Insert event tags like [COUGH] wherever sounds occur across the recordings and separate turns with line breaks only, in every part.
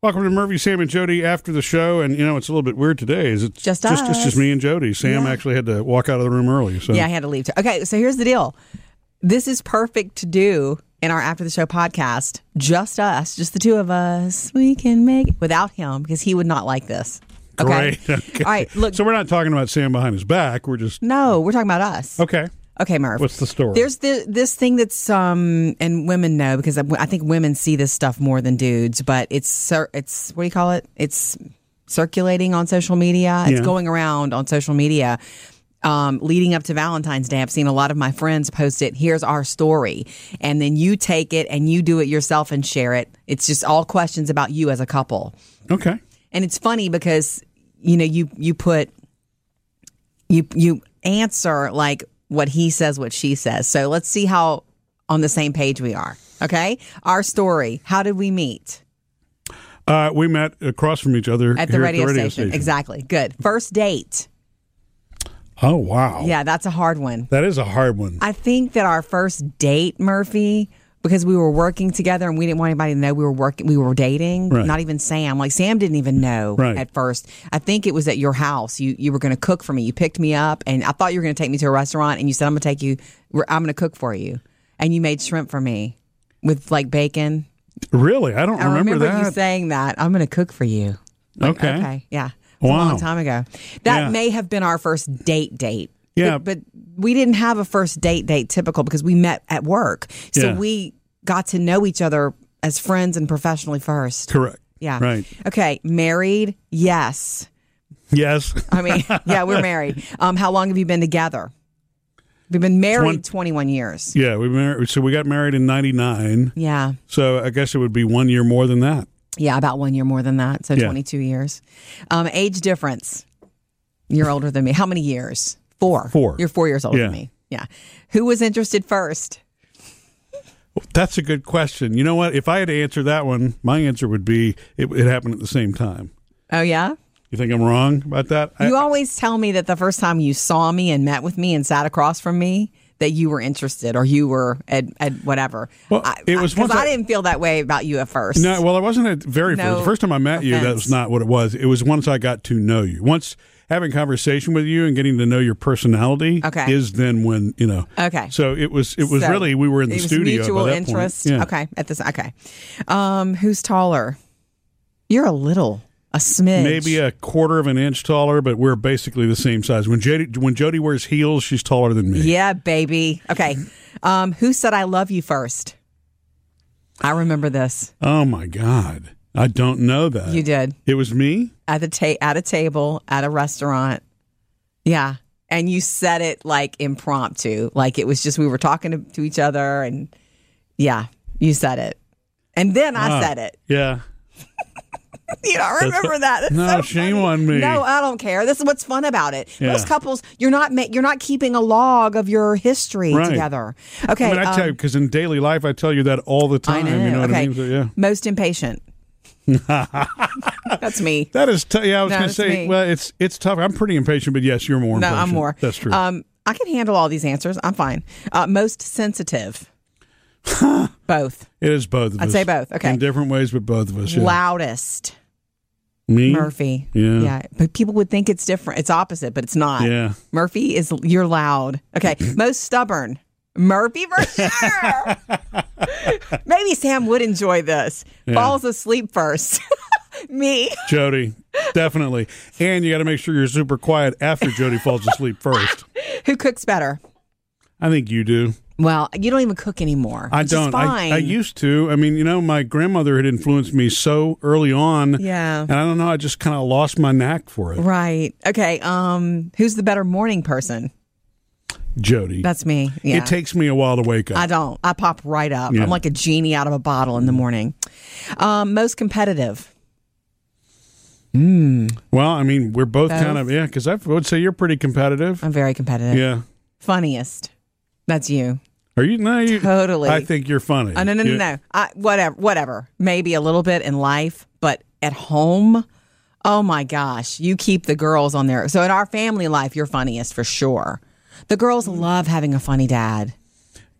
Welcome to Murphy, Sam, and Jody after the show. And you know, it's a little bit weird today. Is it's
Just
just it's
us.
just me and Jody. Sam actually had to walk out of the room early. So
Yeah, I had to leave. Too. Okay, so here's the deal. This is perfect to do in our after the show podcast. Just us, just the two of us. We can make it without him because he would not like this. Okay.
great. [LAUGHS] Okay.
All right. Look.
So we're not talking about Sam behind his back. We're just
no, we're talking about us.
okay.
Okay, Murph.
What's the story?
There's this, this thing that's um, and women know because I, I think women see this stuff more than dudes. But it's cir- it's what do you call it? It's circulating on social media. It's
Yeah.
going around on social media. Um, leading up to Valentine's Day, I've seen a lot of my friends post it. Here's our story, and then you take it and you do it yourself and share it. It's just all questions about you as a couple
okay.
and it's funny because you know you you put you you answer like what he says what she says so let's see how on the same page we are okay our story how did we meet
Uh, we met across from each other
at the,
here
radio,
at the radio
station. exactly good first date
Oh wow.
yeah that's a hard one
That is a hard one.
i think that our first date murphy because we were working together and we didn't want anybody to know we were working we were dating
Right.
not even sam like sam didn't even know
Right.
at first. I think it was at your house. You you were going to cook for me. You picked me up, and I thought you were going to take me to a restaurant, and you said I'm going to take you. we're- I'm going to cook for you, and you made shrimp for me with like bacon.
really? I don't
I remember,
that.
you saying that I'm going to cook for you.
okay.
Okay, yeah, It was
Wow.
a long time ago. That
Oh. Yeah.
may have been our first date date.
Yeah.
but, but we didn't have a first date date typical because we met at work, so
Yeah.
we got to know each other as friends and professionally first.
Correct.
Yeah.
Right.
Okay. Married? Yes.
Yes. [LAUGHS]
I mean, yeah, we're married. Um, how long have you been together? We've been married 21 years.
Yeah. We married. So we got married in '99.
Yeah.
So I guess it would be one year more than that.
Yeah, about one year more than that. So
Yeah.
22 years. Um, age difference. You're older than me. How many years? Four.
Four.
You're four years older
Yeah.
than me. Yeah. Who was interested first?
That's a good question. You know what? If I had to answer that one, my answer would be it, it happened at the same time.
Oh, yeah?
You think I'm wrong about that? I-
You always tell me that the first time you saw me and met with me and sat across from me, that you were interested or you were at, at whatever.
Well, it was
because
once
I,
I-
didn't feel that way about you at first.
no, well, I wasn't at the very
No
first. The first time I met you, that
offense.
was not what it was. It was once I got to know you. Once having conversation with you and getting to know your personality
Okay.
is then when you know.
Okay.
So it was. It was
So,
really we were in the
it was
studio. by
Mutual
that point.
interest.
Yeah.
Okay. At this. Okay. Um, who's taller? You're a little, a smidge.
Maybe a quarter of an inch taller, but we're basically the same size. When Jody when Jody wears heels, she's taller than me.
yeah, baby. Okay. Um, who said I love you first? I remember this.
Oh my God, I don't know that.
You did
It was me.
at the ta- at a table at a restaurant. Yeah. And you said it like impromptu, like it was just we were talking to, to each other, and yeah, you said it, and then I
Wow.
said it.
Ah, Yeah.
You don't remember that? That's
No,
so
shame
funny.
on me.
No, I don't care. This is what's fun about it.
Yeah.
Most couples, you're not ma- you're not keeping a log of your history
Right.
together. Okay,
I mean, I
um,
tell you because in daily life, I tell you that all the
I
time. You know what
okay,
I mean? So, yeah. [LAUGHS]
most impatient. That's me.
That is, t- yeah. I was
No,
going to
it's
say,
me.
well, it's it's tough. I'm pretty impatient, but yes, you're more.
No, I'm
impatient.
more.
That's true.
Um, I can handle all these answers. I'm fine. Uh,
[LAUGHS]
most sensitive. both.
it is both. of
I'd
us.
say both. Okay.
in different ways, but both of us. Yeah.
Loudest.
Me,
Murphy.
Yeah.
Yeah. But people would think it's different. It's opposite, but it's not.
Yeah.
Murphy is you're loud.
[LAUGHS]
Okay. Most stubborn. Murphy for sure. Maybe Sam would enjoy this. Falls asleep first. [LAUGHS] Me. [LAUGHS]
Jody, definitely. And you got to make sure you're super quiet after Jody falls
[LAUGHS]
asleep first.
Who cooks better?
I think you do.
Well, you don't even cook anymore.
I
which is
don't. I,
fine.
I used to. I mean, you know, my grandmother had influenced me so early on.
Yeah.
And I don't know. I just kind of lost my knack for it.
Right. Okay. Um, who's the better morning person?
Jody.
That's me. Yeah.
It takes me a while to wake up.
I don't. I pop right up.
Yeah.
I'm like a genie out of a bottle in the morning. Um, most competitive.
well, I mean, we're both
Both?
kind of yeah. Because I would say you're pretty competitive.
I'm very competitive.
Yeah.
Funniest. That's you.
Are you? No, you
Totally.
I think you're funny.
Uh, no, no, no,
You-
no. I, whatever, whatever. Maybe a little bit in life, but at home, oh my gosh, you keep the girls on there. So in our family life, you're funniest for sure. The girls love having a funny dad.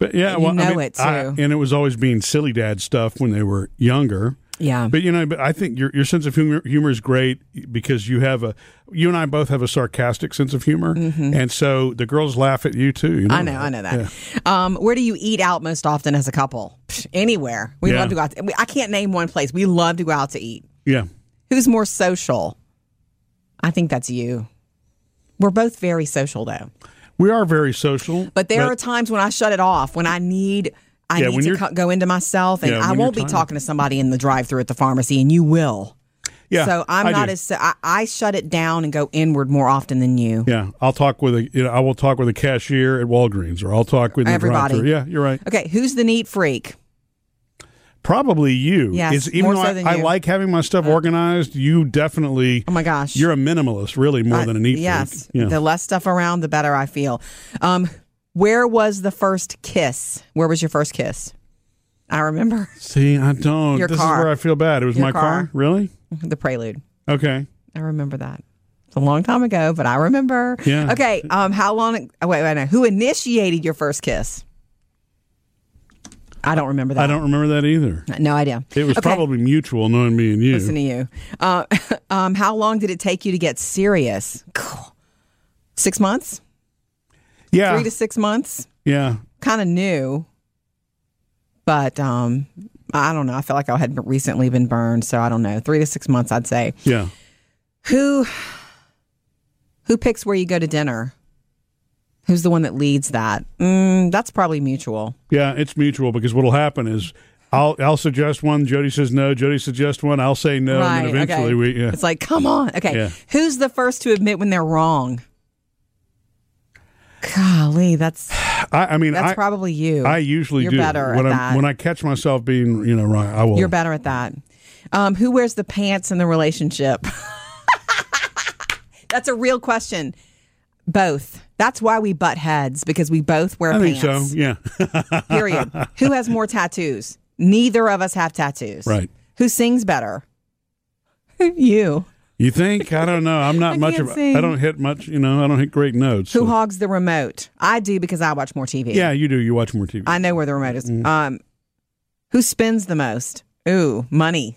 But yeah,
You
well, I
know
mean,
it,
I-
too.
and it was always being silly dad stuff when they were younger.
Yeah.
But you know, but I think your your sense of humor humor is great because you have a you and I both have a sarcastic sense of humor, and so the girls laugh at you too. You know
Mm-hmm. I know, I know that. Um, where do you eat out most often as a couple? Psh, Anywhere. We
Yeah.
love to go out. To, we- I can't name one place. We love to go out to eat.
Yeah.
Who's more social? I think that's you. We're both very social though.
We are very social,
But there are times when I shut it off, when I need I
Yeah,
need
when
to
you're-
co- go into myself and
Yeah, when
I
you're
won't be
tired.
talking to somebody in the drive-through at the pharmacy and you will.
yeah,
so I'm
I
not
do.
as so I, I shut it down and go inward more often than you.
Yeah, I'll talk with a you know I will talk with a cashier at Walgreens or I'll talk with the
Everybody.
drive-thru. Yeah, you're right.
Okay, who's the neat freak?
Probably you.
Yes,
It's- even
more
though
so
I,
than
I
you. Uh,
like having my stuff organized, you definitely
Oh my gosh.
you're a minimalist really more than a neat freak.
Yes.
Yeah.
The less stuff around, the better I feel. Um, where was the first kiss? Where was your first kiss? I remember [LAUGHS]
See, I don't.
Your
this
car.
is where I feel bad. It was
Your
my car.
car.
Really?
the prelude.
Okay.
I remember that. It's a long time ago, but I remember.
Yeah.
Okay. Um, how long? oh, Wait, wait, no. Who initiated your first kiss? I don't remember that.
I don't remember that either.
No idea.
It was
Okay.
probably mutual, knowing me and you.
Listen to you. Uh, [LAUGHS] um, how long did it take you to get serious? Six months?
yeah.
Three to six months?
yeah.
kind of new, but um, I don't know. I feel like I had recently been burned, so I don't know. Three to six months, I'd say.
Yeah.
Who who picks where you go to dinner? Who's the one that leads that? Mm, that's probably mutual.
Yeah. It's mutual because what'll happen is I'll I'll suggest one. Jody says no. Jody suggests one. I'll say no, and then eventually
okay.
we. Yeah.
It's like, come on. Okay.
Yeah.
Who's the first to admit when they're wrong? Golly, that's
I, I mean,
that's
I,
probably you.
I usually
You're
do.
better
when
at
I'm-
that.
When I catch myself being, you know, right, I will.
You're better at that. Um, who wears the pants in the relationship? [LAUGHS] That's a real question. Both. That's why we butt heads because we both wear
I think
pants.
so. Yeah. [LAUGHS]
Period. who has more tattoos? Neither of us have tattoos.
Right.
Who sings better? [LAUGHS] you.
You think? I don't know. I'm not
I
much
can't
of.
sing.
I don't hit much. You know, I don't hit great notes.
Who
so-
hogs the remote? I do because I watch more TV.
Yeah, Mm-hmm. you do. You watch more TV.
I know where the remote is. Um, who spends the most? Ooh, money.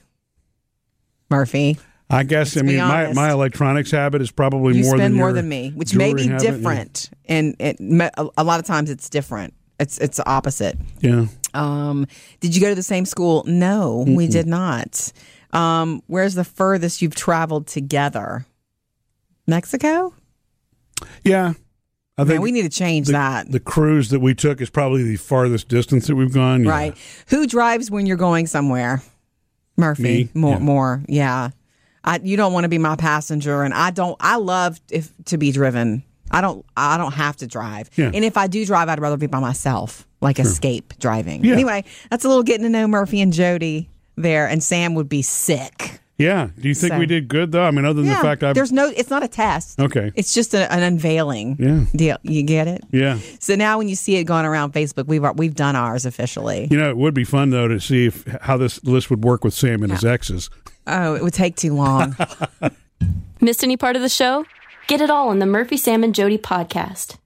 Murphy.
I guess. I
be
mean, my,
honest.
my electronics habit is probably
you
more
spend
than
more
your
than me, which may
jewelry
be
habit, yeah.
different, and it, me- a a lot of times it's different. It's it's the opposite.
Yeah.
Um, did you go to the same school? No, we did not. Um, where's the furthest you've traveled together? Mexico?
Yeah. I
Man,
think
we need to change that,
the cruise that we took is probably the farthest distance that we've gone. Yeah.
right? Who drives when you're going somewhere? Murphy,
Me,
more,
yeah.
more, yeah. I, you don't want to be my passenger, and I don't. I love if to be driven. I don't. I don't have to drive.
Yeah.
And if I do drive, I'd rather be by myself, like escape driving.
Yeah.
Anyway, that's a little getting to know Murphy and Jody there, and Sam would be sick.
Yeah. Do you think
So-
we did good though? I mean, other than the fact I.
there's no. It's not a test.
Okay.
It's just a, an unveiling.
Yeah.
Deal. You get it.
Yeah.
So now, when you see it going around Facebook, we've we've done ours officially.
You know, it would be fun though to see if how this list would work with Sam and his exes.
Oh, it would take too long.
Missed any part of the show? Get it all on the Murphy, Sam, and Jody podcast.